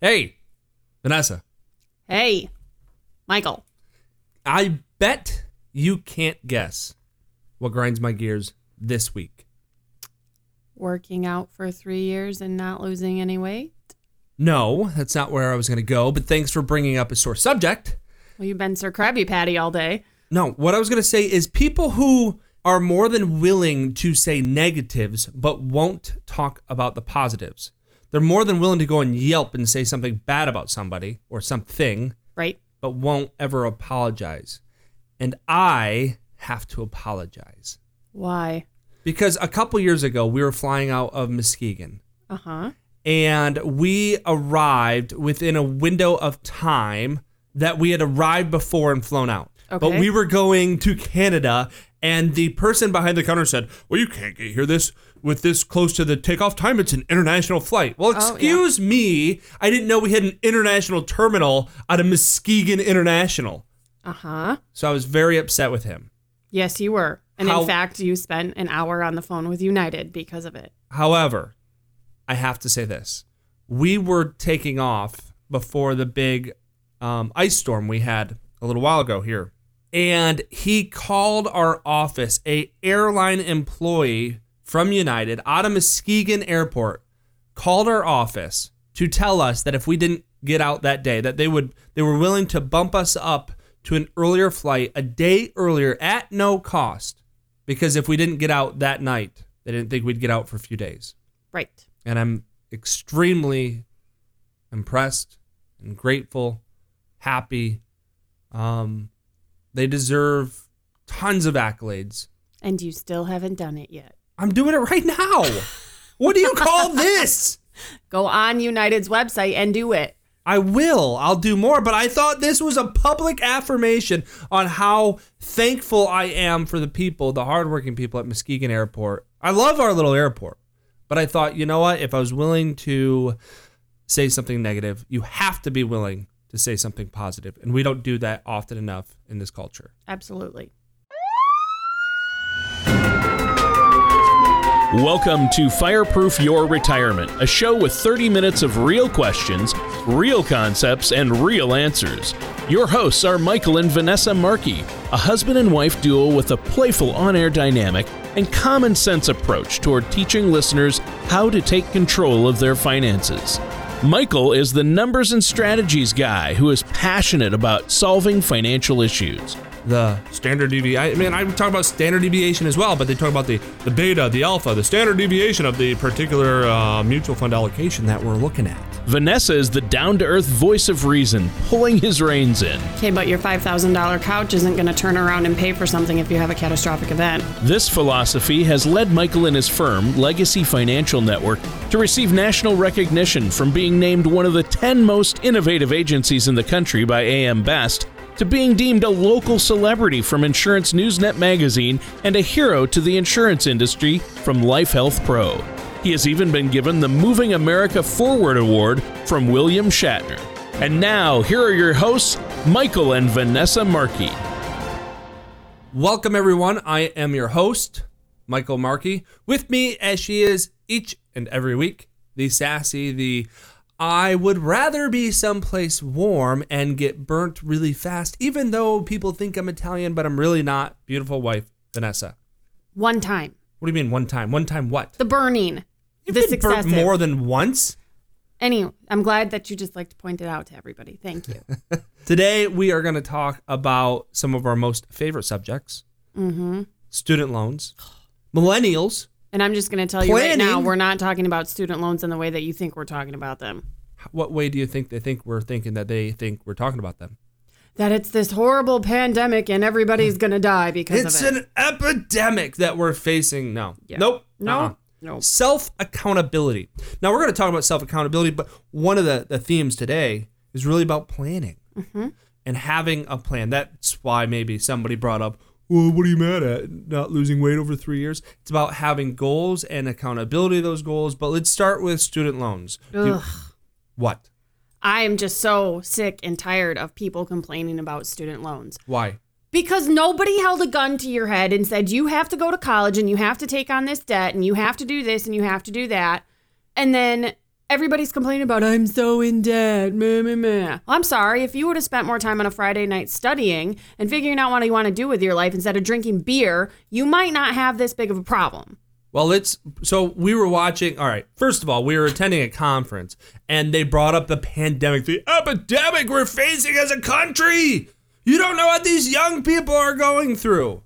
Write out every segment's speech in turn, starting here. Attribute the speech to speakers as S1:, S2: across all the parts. S1: Hey, Vanessa,
S2: Hey, Michael.
S1: I bet you can't guess what grinds my gears this week.
S2: Working out for three years and not losing any weight.
S1: No, that's not where I was going to go, but thanks for bringing up a sore subject.
S2: Well, you've been Sir Krabby Patty all day.
S1: No, what I was going to say is people who are more than willing to say negatives but won't talk about the positives. They're more than willing to go and yelp and say something bad about somebody or something,
S2: Right?
S1: but won't ever apologize. And I have to apologize
S2: Why?
S1: because a couple years ago we were flying out of Muskegon
S2: Uh huh.
S1: and we arrived within a window of time that we had arrived before and flown out. But
S2: Okay.
S1: we were going to Canada, and the person behind the counter said, "Well, you can't get here this with this close to the takeoff time. It's an international flight." Well,
S2: Oh, yeah.
S1: excuse me, I didn't know we had an international terminal out of Muskegon International.
S2: Uh huh.
S1: So I was very upset with him.
S2: Yes, you were. And
S1: How-
S2: in fact, you spent an hour on the phone with United because of it.
S1: However, I have to say this: we were taking off before the big um, ice storm we had a little while ago here, and he called our office, a airline employee from United out of Muskegon Airport, called our office to tell us that if we didn't get out that day, that they would they were willing to bump us up to an earlier flight a day earlier at no cost because if we didn't get out that night, they didn't think we'd get out for a few days.
S2: Right.
S1: And I'm extremely impressed and grateful, happy. Um, they deserve tons of accolades.
S2: And you still haven't done it yet.
S1: I'm doing it right now. what do you call this?
S2: Go on United's website and do it.
S1: I will. I'll do more, but I thought this was a public affirmation on how thankful I am for the people, the hardworking people at Muskegon Airport. I love our little airport, but I thought, you know what? If I was willing to say something negative, you have to be willing to say something positive, and we don't do that often enough in this culture.
S2: Absolutely.
S3: Welcome to Fireproof Your Retirement, a show with 30 minutes of real questions, real concepts, and real answers. Your hosts are Michael and Vanessa Markey, a husband and wife duo with a playful on air dynamic and common sense approach toward teaching listeners how to take control of their finances. Michael is the numbers and strategies guy who is passionate about solving financial issues.
S1: The standard deviation. I mean, I'm talking about standard deviation as well, but they talk about the, the beta, the alpha, the standard deviation of the particular uh, mutual fund allocation that we're looking at.
S3: Vanessa is the down to earth voice of reason, pulling his reins in.
S2: Okay, but your $5,000 couch isn't going to turn around and pay for something if you have a catastrophic event.
S3: This philosophy has led Michael and his firm, Legacy Financial Network, to receive national recognition from being named one of the 10 most innovative agencies in the country by AM Best to being deemed a local celebrity from Insurance Newsnet magazine and a hero to the insurance industry from Life Health Pro. He has even been given the Moving America Forward Award from William Shatner. And now, here are your hosts, Michael and Vanessa Markey.
S1: Welcome, everyone. I am your host, Michael Markey. With me, as she is each and every week, the sassy, the I would rather be someplace warm and get burnt really fast, even though people think I'm Italian, but I'm really not. Beautiful wife, Vanessa.
S2: One time.
S1: What do you mean one time? One time what?
S2: The burning.
S1: You've
S2: the
S1: been burnt
S2: success.
S1: more than once.
S2: Anyway, I'm glad that you just like to point it out to everybody. Thank you.
S1: Today, we are going to talk about some of our most favorite subjects
S2: hmm
S1: student loans, millennials,
S2: And I'm just going to tell you right now,
S1: Planning.
S2: we're not talking about student loans in the way that you think we're talking about them.
S1: what way do you think they think we're thinking that they think we're talking about them?
S2: That it's this horrible pandemic and everybody's going to die because
S1: It's
S2: of it.
S1: an epidemic that we're facing. No.
S2: Yeah.
S1: Nope.
S2: No.
S1: Uh-uh.
S2: No.
S1: Self accountability. Now, we're going to talk about self accountability, but one of the, the themes today is really about planning
S2: Mm-hmm.
S1: and having a plan. That's why maybe somebody brought up, well, what are you mad at? Not losing weight over three years? It's about having goals and accountability of those goals. But let's start with student loans. Do-
S2: Ugh.
S1: what?
S2: I am just so sick and tired of people complaining about student loans
S1: Why?
S2: because nobody held a gun to your head and said, you have to go to college and you have to take on this debt and you have to do this and you have to do that. And then Everybody's complaining about I'm so in debt. Meh, meh, meh. Well, I'm sorry. If you would have spent more time on a Friday night studying and figuring out what you want to do with your life instead of drinking beer, you might not have this big of a problem.
S1: Well, it's so we were watching. All right, first of all, we were attending a conference, and they brought up the pandemic, the epidemic we're facing as a country. You don't know what these young people are going through.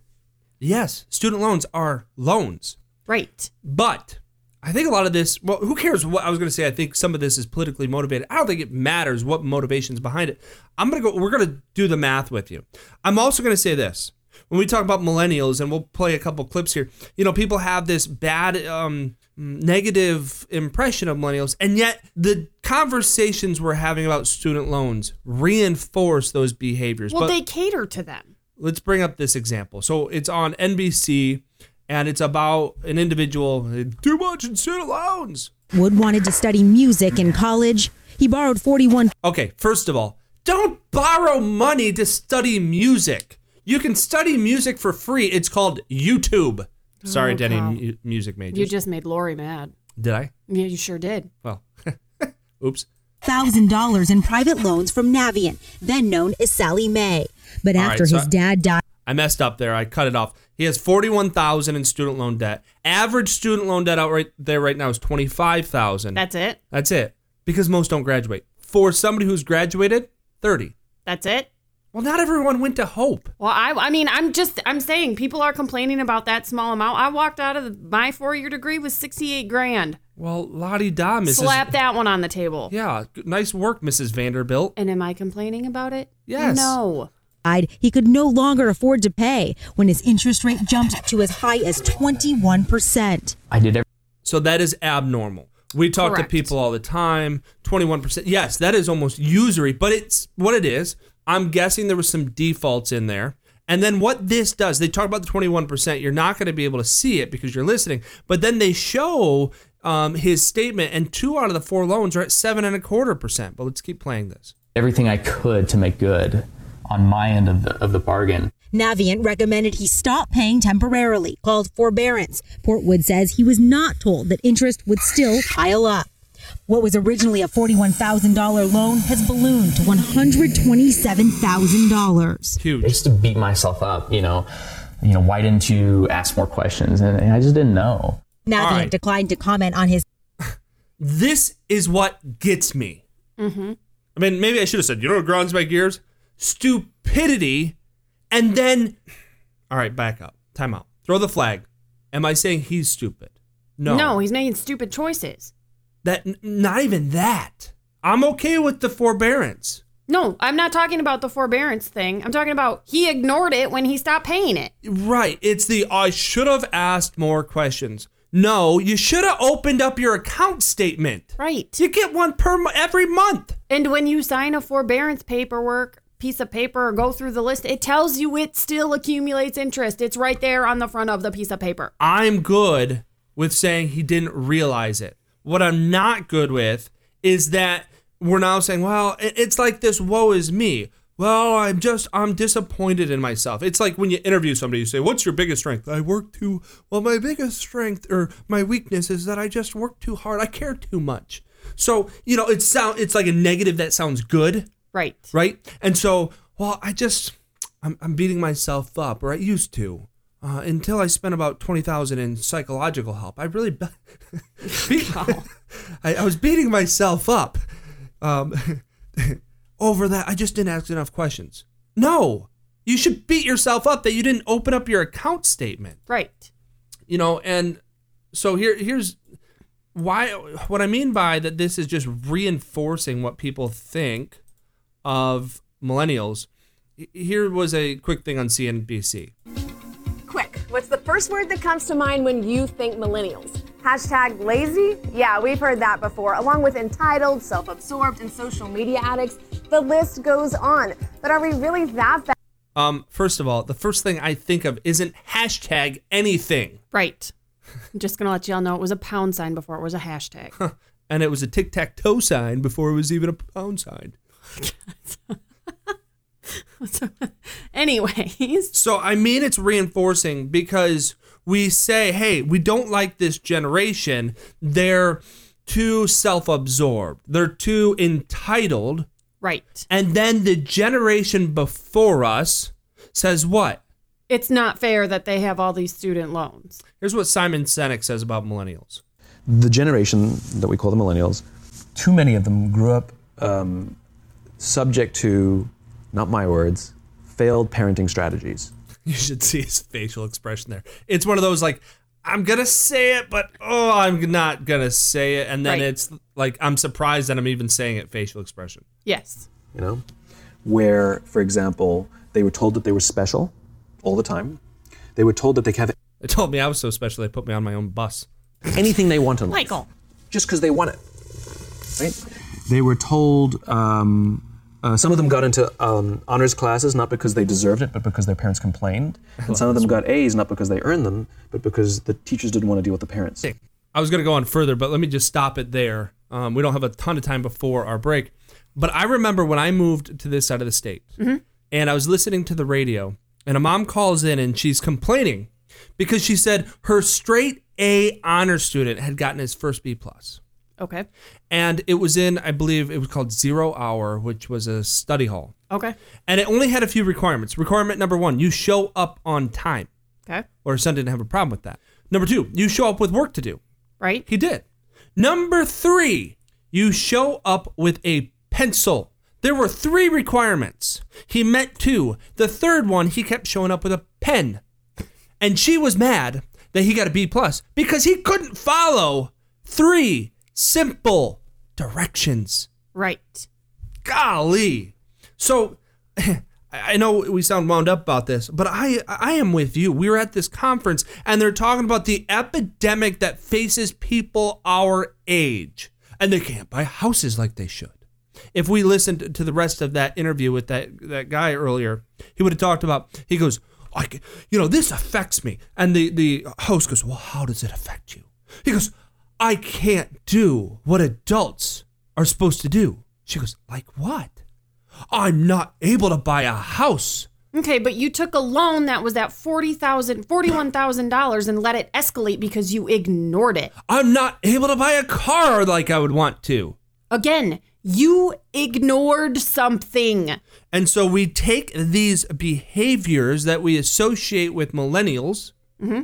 S1: Yes, student loans are loans,
S2: Right.
S1: but I think a lot of this. Well, who cares what I was going to say? I think some of this is politically motivated. I don't think it matters what motivation's behind it. I'm going to go. We're going to do the math with you. I'm also going to say this. When we talk about millennials, and we'll play a couple clips here, you know, people have this bad, um, negative impression of millennials, and yet the conversations we're having about student loans reinforce those behaviors.
S2: Well,
S1: But-
S2: they cater to them.
S1: let's bring up this example. So it's on NBC and it's about an individual too much in student loans.
S4: Wood wanted to study music in college. He borrowed 41
S1: Okay, first of all, don't borrow money to study music. You can study music for free. It's called YouTube. Sorry,
S2: Oh,
S1: Denny,
S2: God.
S1: mu- music majors.
S2: You just made Lori mad.
S1: Did I?
S2: Yeah, you sure did.
S1: Well, oops.
S4: thousand dollars in private loans from Navient, then known as Sally Mae. But
S1: All right,
S4: after
S1: so
S4: his
S1: I-
S4: dad died
S1: I messed up there. I cut it off. He has forty-one thousand in student loan debt. Average student loan debt out right there right now is twenty-five thousand.
S2: That's it.
S1: That's it. Because most don't graduate. For somebody who's graduated, 30.
S2: That's it.
S1: Well, not everyone went to Hope.
S2: Well, I, I mean, I'm just, I'm saying people are complaining about that small amount. I walked out of the, my four year degree with 68 grand.
S1: Well, Lottie Da, Mrs.
S2: Slap that one on the table.
S1: Yeah, g- nice work, Mrs. Vanderbilt.
S2: And am I complaining about it?
S1: Yes.
S2: No.
S4: died, he could no longer afford to pay when his interest rate jumped to as high as 21%.
S5: I did everything
S1: So that is abnormal. We talk
S2: Correct.
S1: to people all the time. 21%. Yes, that is almost usury, but it's what it is. I'm guessing there was some defaults in there. And then what this does, they talk about the 21%. You're not going to be able to see it because you're listening, but then they show um, his statement, and two out of the four loans are at seven and a quarter percent. But let's keep playing this.
S5: everything I could to make good on my end of the, of the bargain.
S4: Navient recommended he stop paying temporarily, called forbearance. Portwood says he was not told that interest would still pile up. What was originally a $41,000 loan has ballooned to $127,000.
S5: I
S1: Huge.
S5: used to beat myself up, you know, you know, why didn't you ask more questions? And, and I just didn't know.
S4: Navient
S1: right.
S4: declined to comment on his
S1: This is what gets me. Mm-hmm. I mean, maybe I should have said, you know what grinds my gears? Stupidity. And then, all right, back up. Time out. Throw the flag. Am I saying he's stupid? No.
S2: No, he's making stupid choices.
S1: That, n- not even that. I'm okay with the forbearance.
S2: No, I'm not talking about the forbearance thing. I'm talking about he ignored it when he stopped paying it.
S1: Right. It's the I should have asked more questions. No, you should have opened up your account statement.
S2: Right.
S1: You get one per mo- every month.
S2: And when you sign a forbearance paperwork, piece of paper, or go through the list, it tells you it still accumulates interest. It's right there on the front of the piece of paper.
S1: I'm good with saying he didn't realize it. What I'm not good with is that we're now saying, well, it- it's like this woe is me. Well, I'm just, I'm disappointed in myself. It's like when you interview somebody, you say, what's your biggest strength? I work too, well, my biggest strength or my weakness is that I just work too hard. I care too much. So, you know, it sound, it's like a negative that sounds good
S2: Right.
S1: right? And so, well, I just I'm, I'm beating myself up, or I used to, uh, until I spent about twenty thousand in psychological help. I really, be- be- I, I was beating myself up um, over that. I just didn't ask enough questions. No, you should beat yourself up that you didn't open up your account statement
S2: Right.
S1: you know and so here here's why what i mean by that this is just reinforcing what people think of millennials H- here was a quick thing on cnbc
S6: Quick, what's the first word that comes to mind when you think millennials? Hashtag lazy? Yeah, we've heard that before, along with entitled, self absorbed, and social media addicts. The list goes on. But are we really that bad?
S1: um first of all the first thing i think of isn't hashtag anything
S2: Right. I'm just going to let y'all know it was a pound sign before it was a hashtag.
S1: and it was a tic-tac-toe sign before it was even a pound sign
S2: So, anyways,
S1: So I mean, it's reinforcing because we say, "Hey, we don't like this generation. They're too self absorbed, they're too entitled.
S2: Right.
S1: And then the generation before us says what?
S2: It's not fair that they have all these student loans.
S1: Here's what Simon Sinek says about millennials.
S7: the generation that we call the millennials, too many of them grew up um, subject to, not my words, failed parenting strategies.
S1: You should see his facial expression there. It's one of those like, I'm gonna say it, but oh, I'm not gonna say it, and then
S2: Right.
S1: it's like I'm surprised that I'm even saying it. Facial expression.
S2: Yes.
S7: you know, where, for example, they were told that they were special all the time. They were told that they could have
S1: They told me I was so special. They put me on my own bus.
S7: anything they want in life,
S2: Michael.
S7: just because they want it, right? They were told. Um, uh, some of them got into um, honors classes not because they deserved it, but because their parents complained. And some of them got A's not because they earned them, but because the teachers didn't want to deal with the parents.
S1: I was going to go on further, but let me just stop it there. Um, we don't have a ton of time before our break. But I remember when I moved to this side of the state and I was listening to the radio, and a mom calls in and she's complaining because she said her straight A honor student had gotten his first B. plus,
S2: Okay.
S1: And it was in, I believe it was called Zero Hour, which was a study hall.
S2: Okay.
S1: And it only had a few requirements. Requirement number one, you show up on time,
S2: Okay.
S1: or her son didn't have a problem with that. Number two, you show up with work to do.
S2: Right.
S1: He did. Number three, you show up with a pencil. There were three requirements. He met two. The third one, he kept showing up with a pen. And she was mad that he got a B plus because he couldn't follow three simple directions.
S2: Right.
S1: Golly. So I- I know we sound wound up about this, but I I am with you. We were at this conference and they're talking about the epidemic that faces people our age. And they can't buy houses like they should. If we listened to the rest of that interview with that, that guy earlier, he would have talked about he goes, I, c- you know, this affects me. And the, the host goes, Well, how does it affect you? He goes, I can't do what adults are supposed to do. She goes, Like what? I'm not able to buy a house.
S2: Okay, but you took a loan that was at forty thousand, forty-one thousand dollars, and let it escalate because you ignored it.
S1: I'm not able to buy a car like I would want to.
S2: Again, you ignored something.
S1: And so we take these behaviors that we associate with millennials
S2: Mm-hmm.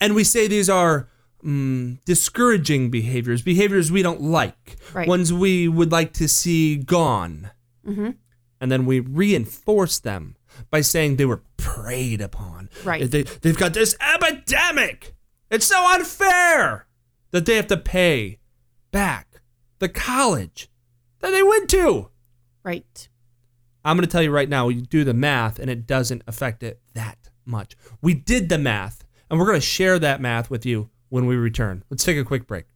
S1: and we say these are mm, discouraging behaviors, behaviors we don't like,
S2: Right.
S1: ones we would like to see gone.
S2: Mm-hmm.
S1: And then we reinforce them by saying they were preyed upon.
S2: Right.
S1: They, they've got this epidemic. It's so unfair that they have to pay back the college that they went to.
S2: Right.
S1: I'm going to tell you right now, you do the math and it doesn't affect it that much. We did the math and we're going to share that math with you when we return. Let's take a quick break.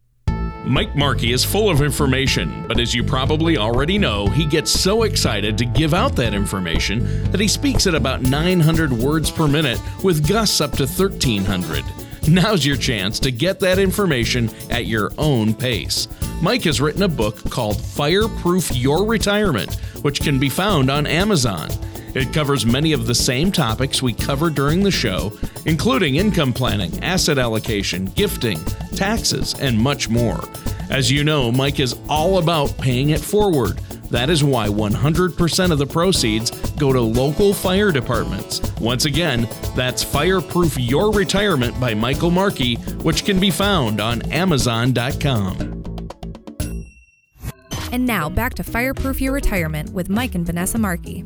S3: Mike Markey is full of information, but as you probably already know, he gets so excited to give out that information that he speaks at about 900 words per minute, with gusts up to 1,300. Now's your chance to get that information at your own pace. Mike has written a book called Fireproof Your Retirement, which can be found on Amazon. It covers many of the same topics we cover during the show, including income planning, asset allocation, gifting, taxes, and much more. As you know, Mike is all about paying it forward. That is why 100% of the proceeds go to local fire departments. Once again, that's Fireproof Your Retirement by Michael Markey, which can be found on Amazon.com.
S8: And now back to Fireproof Your Retirement with Mike and Vanessa Markey.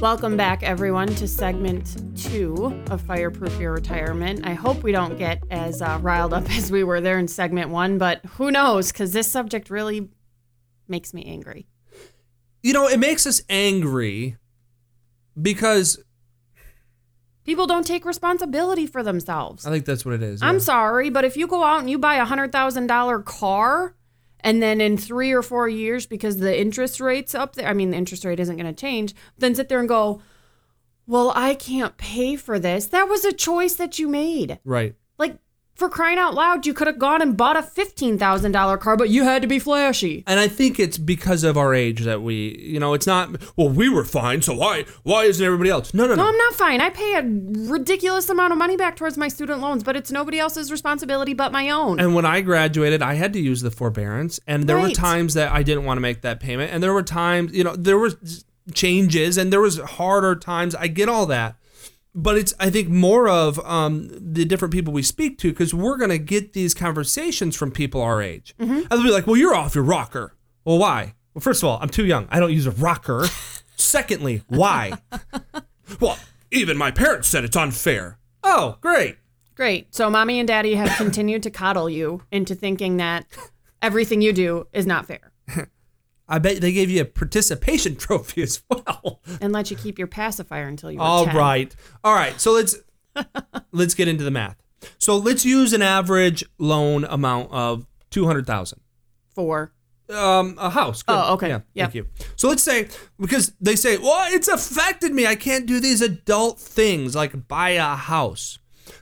S2: Welcome back, everyone, to segment two of Fireproof Your Retirement. I hope we don't get as uh, riled up as we were there in segment one, but who knows? Because this subject really makes me angry.
S1: You know, it makes us angry because
S2: People don't take responsibility for themselves.
S1: I think that's what it is.
S2: I'm
S1: yeah.
S2: sorry, but if you go out and you buy a hundred thousand dollar car, and then in three or four years, because the interest rate's up there, I mean, the interest rate isn't going to change, then sit there and go, "Well, I can't pay for this." That was a choice that you made.
S1: Right.
S2: Like, For crying out loud, you could have gone and bought a $15,000 car, but you had to be flashy.
S1: And I think it's because of our age that we, you know, it's not. Well, we were fine, so why? Why isn't everybody else? No, no,
S2: No,
S1: no.
S2: I'm not fine. I pay a ridiculous amount of money back towards my student loans, but it's nobody else's responsibility but my own.
S1: and when I graduated, I had to use the forbearance, and there were
S2: Right.
S1: times that I didn't want to make that payment, and there were times, you know, there was changes, and there was harder times. I get all that, but it's I think more of um, the different people we speak to because we're gonna get these conversations from people our age, and they'll be like, "Well, you're off your rocker." Well, why? Well, first of all, I'm too young. I don't use a rocker. Secondly, why? well, even my parents said it's unfair. Oh, great.
S2: Great. So, mommy and daddy have continued to coddle you into thinking that everything you do is not fair
S1: I bet they gave you a participation trophy as well.
S2: and let you keep your pacifier until you are
S1: All
S2: 10.
S1: right. All right. So let's let's get into the math. So let's use an average loan amount of 200,000.
S2: Four.
S1: Um a house. Good.
S2: Oh, okay.
S1: Yeah.
S2: Yeah.
S1: Thank you. So let's say because they say, "Well, it's affected me. I can't do these adult things like buy a house."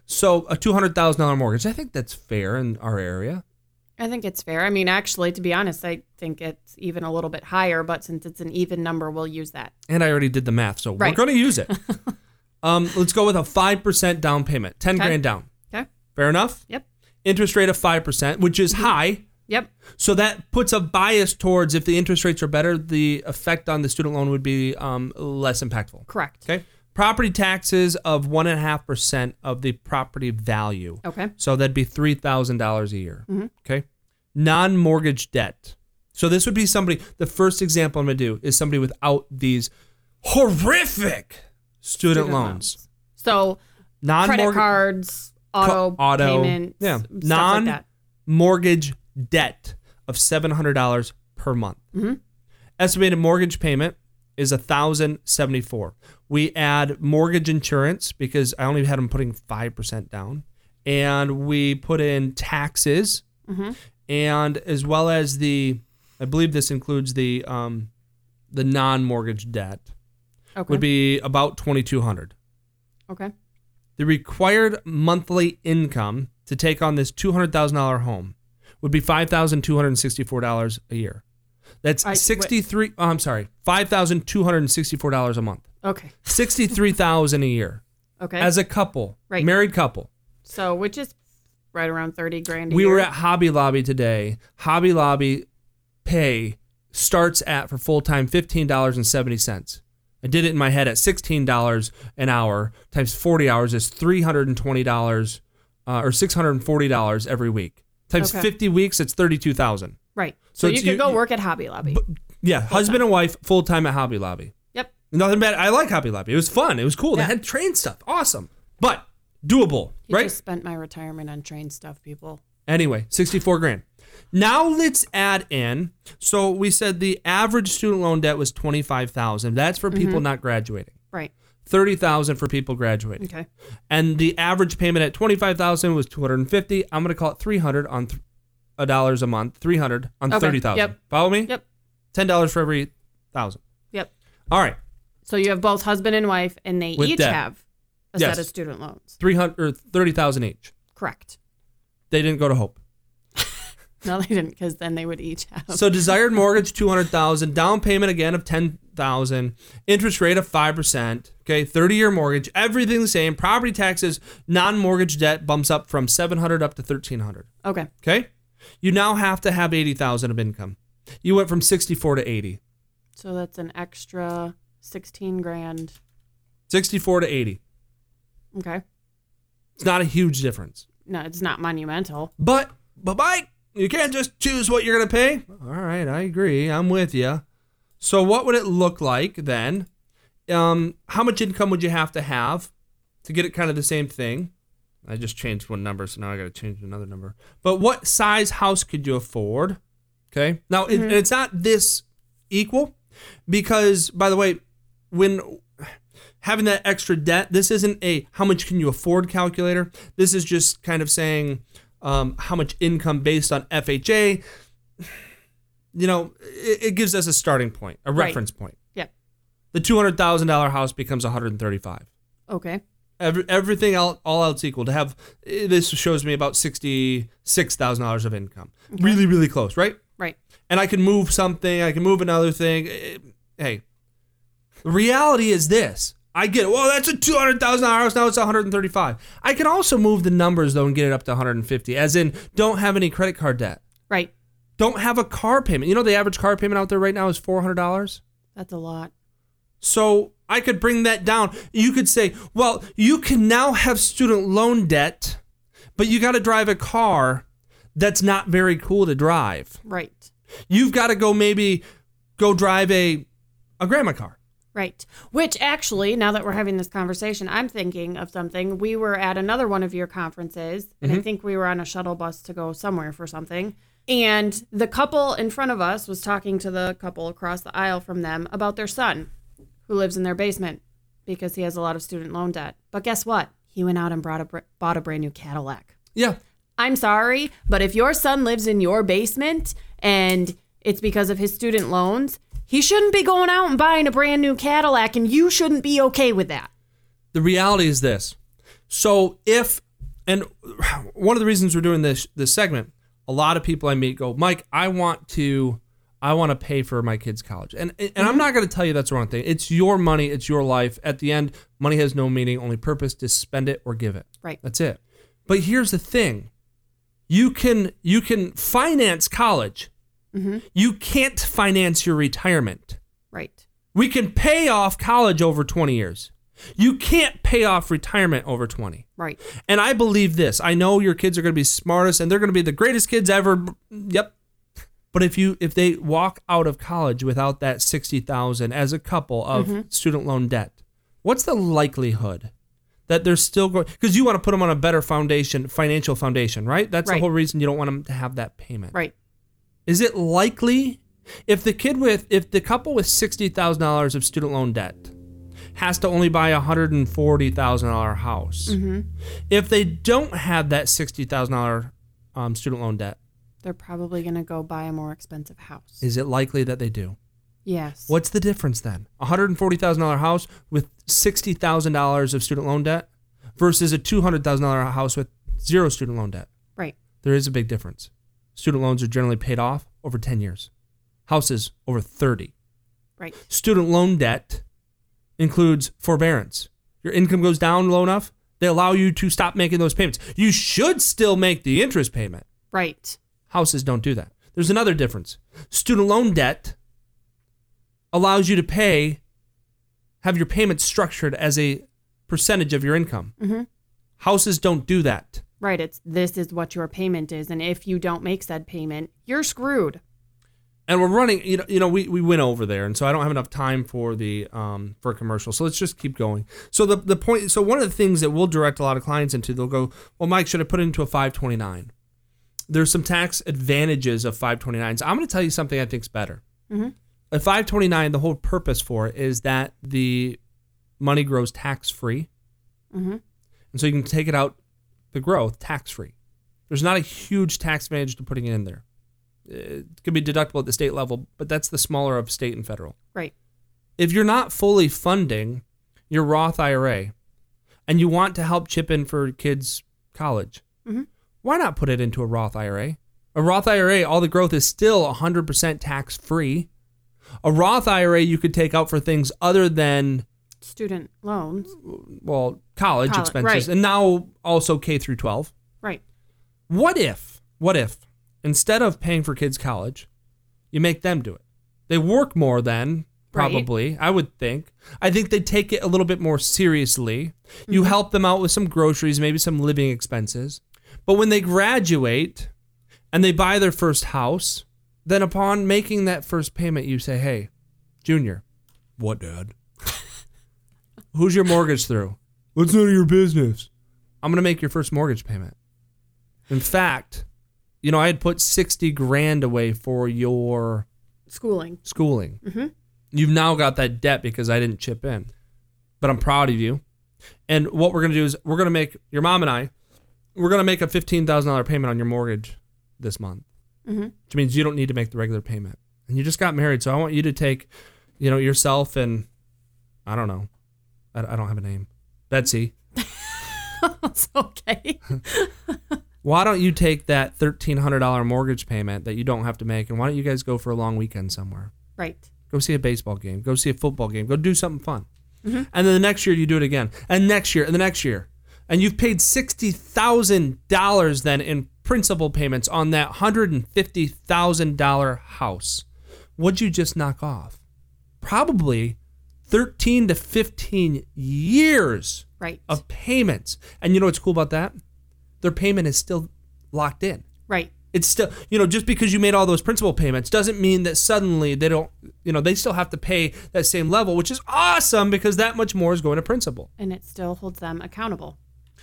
S1: So a $200,000 mortgage. I think that's fair in our area.
S2: I think it's fair. I mean, actually, to be honest, I think it's even a little bit higher, but since it's an even number, we'll use that.
S1: And I already did the math, so
S2: Right.
S1: we're going to use it. um let's go with a 5% down payment. 10
S2: Okay.
S1: grand down.
S2: Okay.
S1: Fair enough?
S2: Yep.
S1: interest rate of 5%, which is high.
S2: Yep.
S1: So that puts a bias towards if the interest rates are better, the effect on the student loan would be um, less impactful.
S2: Correct.
S1: Okay. Property taxes of 1.5% of the property value.
S2: Okay.
S1: So that'd be $3,000 a year. Okay. Non mortgage debt. So this would be somebody, the first example I'm going to do is somebody without these horrific student, loans.
S2: So,
S1: Non
S2: credit cards, auto,
S1: Co- auto,
S2: payments,
S1: yeah.
S2: stuff
S1: Non-
S2: like that.
S1: mortgage debt of $700 per month.
S2: Mm-hmm.
S1: Estimated mortgage payment is 1074 We add mortgage insurance because I only had them putting 5% down. And we put in taxes
S2: Mm-hmm.
S1: and as well as the, I believe this includes the, um, the non-mortgage debt
S2: Okay.
S1: would be about 2200
S2: okay.
S1: the required monthly income to take on this two hundred thousand dollar home would be five thousand two hundred sixty four dollars a year. That's
S2: I- wait.
S1: sixty three. Oh, I'm sorry, five thousand two hundred sixty four dollars a month,
S2: Okay.
S1: sixty three thousand a year
S2: Okay.
S1: as a couple,
S2: Right.
S1: married couple.
S2: so, which is right around 30 grand a
S1: We
S2: year.
S1: were at Hobby Lobby today. Hobby Lobby pay starts at for full time fifteen dollars and seventy cents. I did it in my head at sixteen dollars an hour times forty hours is three hundred and twenty dollars uh, or six hundred and forty dollars every week. Times
S2: Okay.
S1: fifty weeks, it's thirty two thousand.
S2: Right.
S1: So
S2: So,
S1: it's-
S2: you could
S1: you-
S2: go
S1: you-
S2: work at Hobby Lobby.
S1: Yeah, husband and wife full time at Hobby Lobby.
S2: yep.
S1: Nothing bad. I like Hobby Lobby. It was fun. It was cool.
S2: Yeah.
S1: They had train stuff. Awesome, but doable,
S2: You
S1: right?
S2: just spent my retirement on train stuff, people.
S1: Anyway, 64 grand. Now let's add in. So we said the average student loan debt was 25,000. That's for people
S2: Mm-hmm.
S1: not graduating.
S2: Right.
S1: 30,000 for people graduating.
S2: Okay.
S1: And the average payment at 25,000 was 250. I'm going to call it 300 on th- a dollars a month, 300 on
S2: Okay,
S1: 30,000.
S2: yep.
S1: Follow me?
S2: Yep.
S1: $10 for every 1,000.
S2: Yep.
S1: All right.
S2: So you have both husband and wife, and they
S1: With
S2: each
S1: debt.
S2: have a
S1: Yes.
S2: set of student loans.
S1: 300 or 30,000 each.
S2: Correct.
S1: They didn't go to Hope.
S2: No, they didn't, because then they would each have.
S1: So desired mortgage two hundred thousand, down payment again of ten thousand, interest rate of five percent. Okay, thirty year mortgage, everything the same. Property taxes, non mortgage debt bumps up from seven hundred up to thirteen hundred.
S2: Okay.
S1: Okay, you now have to have eighty thousand of income. You went from sixty four to eighty.
S2: So that's an extra sixteen grand.
S1: 64 to 80.
S2: Okay.
S1: It's not a huge difference.
S2: No, it's not monumental.
S1: But, but Mike, you can't just choose what you're going to pay. All right, I agree. I'm with you. So, what would it look like then? Um, how much income would you have to have to get it kind of the same thing? I just changed one number, so now I got to change another number. But what size house could you afford? Okay. Now, it, it's not this equal because, by the way, when having that extra debt, this isn't a how much can you afford calculator. This is just kind of saying um, how much income based on FHA. You know, it, it gives us a starting point, a
S2: Right.
S1: reference point.
S2: Yep.
S1: The two hundred thousand dollar house becomes one hundred and thirty five.
S2: Okay.
S1: Every, everything all, all else equal to have eh, this shows me about sixty six thousand dollars of income. Really, really close, right?
S2: Right.
S1: and I can move something, I can move another thing. Eh, Hey, the reality is this. I get it. Well, that's a two hundred thousand dollars. Now it's one hundred and thirty-five. I can also move the numbers though and get it up to one hundred and fifty. As in, don't have any credit card debt.
S2: Right.
S1: Don't have a car payment. You know the average car payment out there right now is four hundred dollars.
S2: That's a lot.
S1: So I could bring that down. You could say, well, you can now have student loan debt, but you got to drive a car that's not very cool to drive
S2: Right.
S1: you've got to go maybe go drive a a grandma car.
S2: Right. Which actually, now that we're having this conversation, I'm thinking of something. We were at another one of your conferences, and I think we were on a shuttle bus to go somewhere for something. And the couple in front of us was talking to the couple across the aisle from them about their son who lives in their basement because he has a lot of student loan debt. But guess what? He went out and brought a, br- bought a brand new Cadillac.
S1: Yeah.
S2: I'm sorry, but if your son lives in your basement and it's because of his student loans, he shouldn't be going out and buying a brand new Cadillac, and you shouldn't be okay with that.
S1: The reality is this. So if and one of the reasons we're doing this this segment, a lot of people I meet go, Mike, I want to I want to pay for my kids' college. And and I'm not going to tell you that's the wrong thing. It's your money, it's your life. At the end, money has no meaning, only purpose to spend it or give it.
S2: Right.
S1: That's it. But here's the thing. You can you can finance college. You can't finance your retirement.
S2: Right.
S1: We can pay off college over 20 years. You can't pay off retirement over 20.
S2: Right.
S1: And I believe this. I know your kids are going to be smartest and they're going to be the greatest kids ever. Yep. But if you if they walk out of college without that 60,000 as a couple of student loan debt, what's the likelihood that they're still going cuz you want to put them on a better foundation, financial foundation, right? That's the
S2: Right.
S1: whole reason you don't want them to have that payment
S2: Right.
S1: is it likely if the kid with if the couple with $60,000 of student loan debt has to only buy a $140,000 house.
S2: Mm-hmm.
S1: If they don't have that $60,000 um, student loan debt,
S2: They're probably going to go buy a more expensive house.
S1: is it likely that they do?
S2: yes.
S1: What's the difference then? A $140,000 house with $60,000 of student loan debt versus a $200,000 house with zero student loan debt.
S2: Right.
S1: There is a big difference. Student loans are generally paid off over 10 years. Houses over 30.
S2: Right.
S1: student loan debt includes forbearance. Your income goes down low enough, they allow you to stop making those payments. You should still make the interest payment.
S2: Right.
S1: Houses don't do that. There's another difference. Student loan debt allows you to pay, have your payments structured as a percentage of your income. Houses don't do that.
S2: Mm-hmm. Right. It's this is what your payment is, and if you don't make said payment, you're screwed.
S1: and we're running you know you know we, we went over there and so i don't have enough time for the um for a commercial so let's just keep going so the the point so one of the things that we'll direct a lot of clients into they'll go well mike should i put it into a 529 there's some tax advantages of 529s i'm going to tell you something i think's better
S2: Mm-hmm,
S1: a 529 the whole purpose for it is that the money grows tax free
S2: mm-hmm.
S1: and so you can take it out the growth tax free there's not a huge tax advantage to putting it in there it could be deductible at the state level, but that's the smaller of state and federal.
S2: Right.
S1: If you're not fully funding your Roth IRA and you want to help chip in for kids' college,
S2: Mm-hmm.
S1: why not put it into a Roth IRA? A Roth IRA, all the growth is still 100% tax free. A Roth IRA you could take out for things other than,
S2: Student loans.
S1: well, college,
S2: College,
S1: expenses
S2: right.
S1: and now also K through 12.
S2: Right.
S1: What if, what if, instead of paying for kids' college, you make them do it? They work more then,
S2: Right.
S1: probably, I would think. I think they take it a little bit more seriously. You help them out with some groceries, maybe some living expenses. But when they graduate and they buy their first house, then upon making that first payment, you say, hey, Junior. What, Dad? Who's your mortgage through? What's none of your business. I'm going to make your first mortgage payment. In fact, you know, I had put 60 grand away for your
S2: Schooling.
S1: schooling. Mm-hmm. You've now got that debt because I didn't chip in, but I'm proud of you. And what we're going to do is we're going to make your mom and I, we're going to make a $15,000 payment on your mortgage this month, mm-hmm. which means you don't need to make the regular payment. And you just got married. So I want you to take, you know, yourself and I don't know, I, I don't have a name, Betsy.
S2: It's okay.
S1: Why don't you take that thirteen hundred dollar mortgage payment that you don't have to make, and why don't you guys go for a long weekend somewhere?
S2: Right.
S1: Go see a baseball game. Go see a football game. Go do something fun. And then the next year you do it again, and next year, and the next year, and you've paid sixty thousand dollars then in principal payments on that hundred and fifty thousand dollar house. What'd you just knock off? Probably thirteen to fifteen years
S2: Right.
S1: of payments. And you know what's cool about that? Their payment is still locked in.
S2: Right.
S1: It's still, you know, just because you made all those principal payments doesn't mean that suddenly they don't, you know, they still have to pay that same level, which is awesome because that much more is going to principal.
S2: And it still holds them accountable.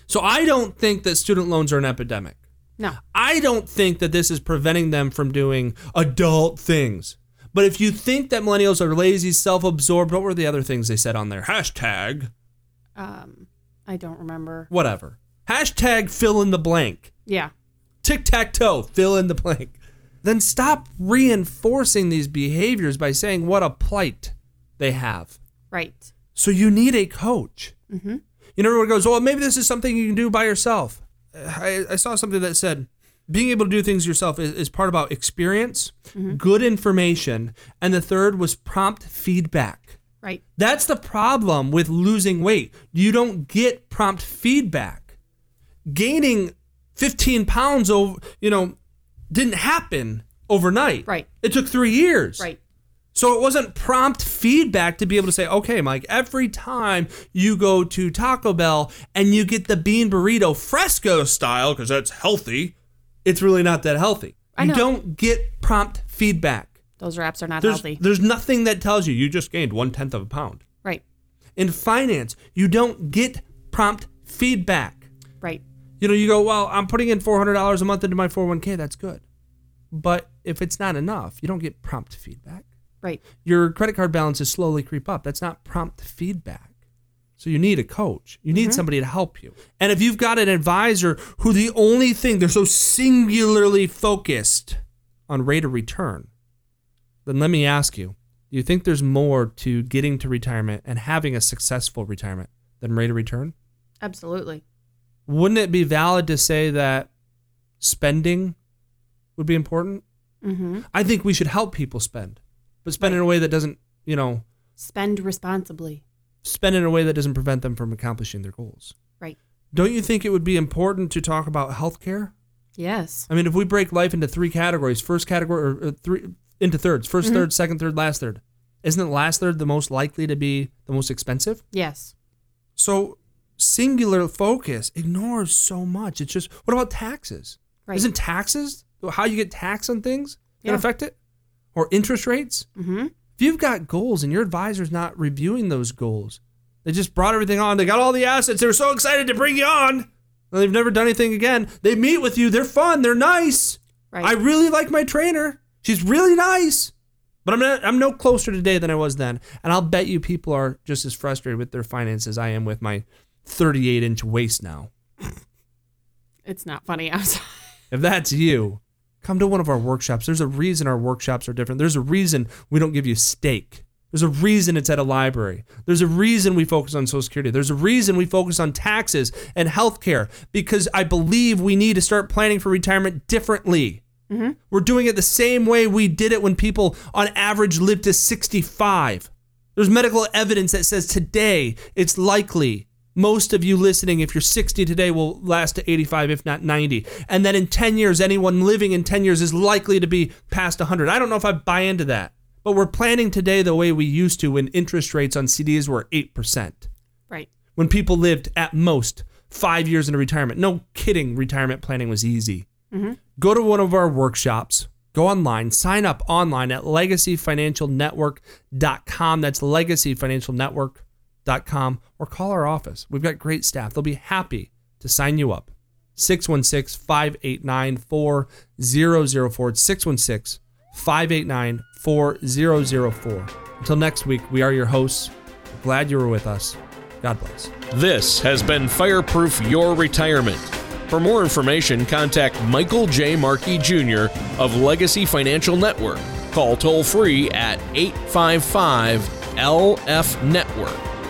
S1: So I don't think that student loans are an epidemic.
S2: No.
S1: I don't think that this is preventing them from doing adult things. But if you think that millennials are lazy, self absorbed, what were the other things they said on there? Hashtag,
S2: Um, I don't remember.
S1: whatever. Hashtag fill in the blank.
S2: Yeah.
S1: tic tac toe, fill in the blank. Then stop reinforcing these behaviors by saying what a plight they have.
S2: Right. Mm-hmm.
S1: So you need a coach. You know, everyone goes, well, maybe this is something you can do by yourself. Uh, I, I saw something that said being able to do things yourself is, is part about experience, good information, and the third was prompt feedback.
S2: Right.
S1: That's the problem with losing weight. You don't get prompt feedback. Gaining 15 pounds over, you know, didn't happen overnight.
S2: Right.
S1: It took 3 years.
S2: Right.
S1: So it wasn't prompt feedback to be able to say, "Okay, Mike, every time you go to Taco Bell and you get the bean burrito fresco style because that's healthy, it's really not that healthy."
S2: I
S1: You
S2: know.
S1: don't get prompt feedback.
S2: Those wraps are not
S1: There's,
S2: healthy.
S1: there's nothing that tells you you just gained one tenth of a pound.
S2: Right.
S1: In finance, you don't get prompt feedback.
S2: Right.
S1: You know, you go, well, I'm putting in $400 a month into my 401k. That's good. But if it's not enough, you don't get prompt feedback.
S2: Right.
S1: Your credit card balances slowly creep up. That's not prompt feedback. So you need a coach. You need somebody to help you. And if you've got an advisor who the only thing they're so singularly focused on rate of return, then let me ask you, do you think there's more to getting to retirement and having a successful retirement than rate of return?
S2: Absolutely.
S1: wouldn't it be valid to say that spending would be important?
S2: Mm-hmm.
S1: I think we should help people spend, but spend in a way that doesn't, you know,
S2: Spend responsibly.
S1: spend in a way that doesn't prevent them from accomplishing their goals.
S2: Right.
S1: Don't you think it would be important to talk about healthcare?
S2: Yes.
S1: I mean, if we break life into three categories, first category or, or three into thirds, 1st
S2: Mm-hmm.
S1: third, second third, last third. Isn't the last third the most likely to be the most expensive?
S2: Yes.
S1: So singular focus ignores so much. It's just what about taxes?
S2: Right.
S1: Isn't taxes how you get taxed on things that
S2: Yeah.
S1: affect it? Or interest rates?
S2: Mm-hmm.
S1: If you've got goals and your advisor's not reviewing those goals, they just brought everything on. They got all the assets. They were so excited to bring you on. And they've never done anything again. They meet with you. They're fun. They're nice.
S2: Right.
S1: I really like my trainer. She's really nice. But I'm not, I'm no closer today than I was then. And I'll bet you people are just as frustrated with their finances as I am with my 38 inch waist now.
S2: it's not funny. I'm sorry.
S1: If that's you, come to one of our workshops. There's a reason our workshops are different. There's a reason we don't give you steak. There's a reason it's at a library. There's a reason we focus on Social Security. There's a reason we focus on taxes and healthcare because I believe we need to start planning for retirement differently. We're doing it the same way we did it when people on average lived to 65. There's medical evidence that says today it's likely most of you listening, if you're 60 today, will last to 85, if not 90. And then in 10 years, anyone living in 10 years is likely to be past 100. I don't know if I buy into that, but we're planning today the way we used to when interest rates on CDs were 8%,
S2: Right.
S1: when people lived at most five years into retirement. No kidding, retirement planning was easy go to one of our workshops go online sign up online at legacyfinancialnetwork.com that's legacyfinancialnetwork.com or call our office we've got great staff they'll be happy to sign you up 616-589-4004 it's 616-589-4004 until next week we are your hosts glad you were with us god bless
S3: This has been Fireproof Your Retirement. For more information, contact Michael J. Markey Jr. of Legacy Financial Network. Call toll free at 855 LF Network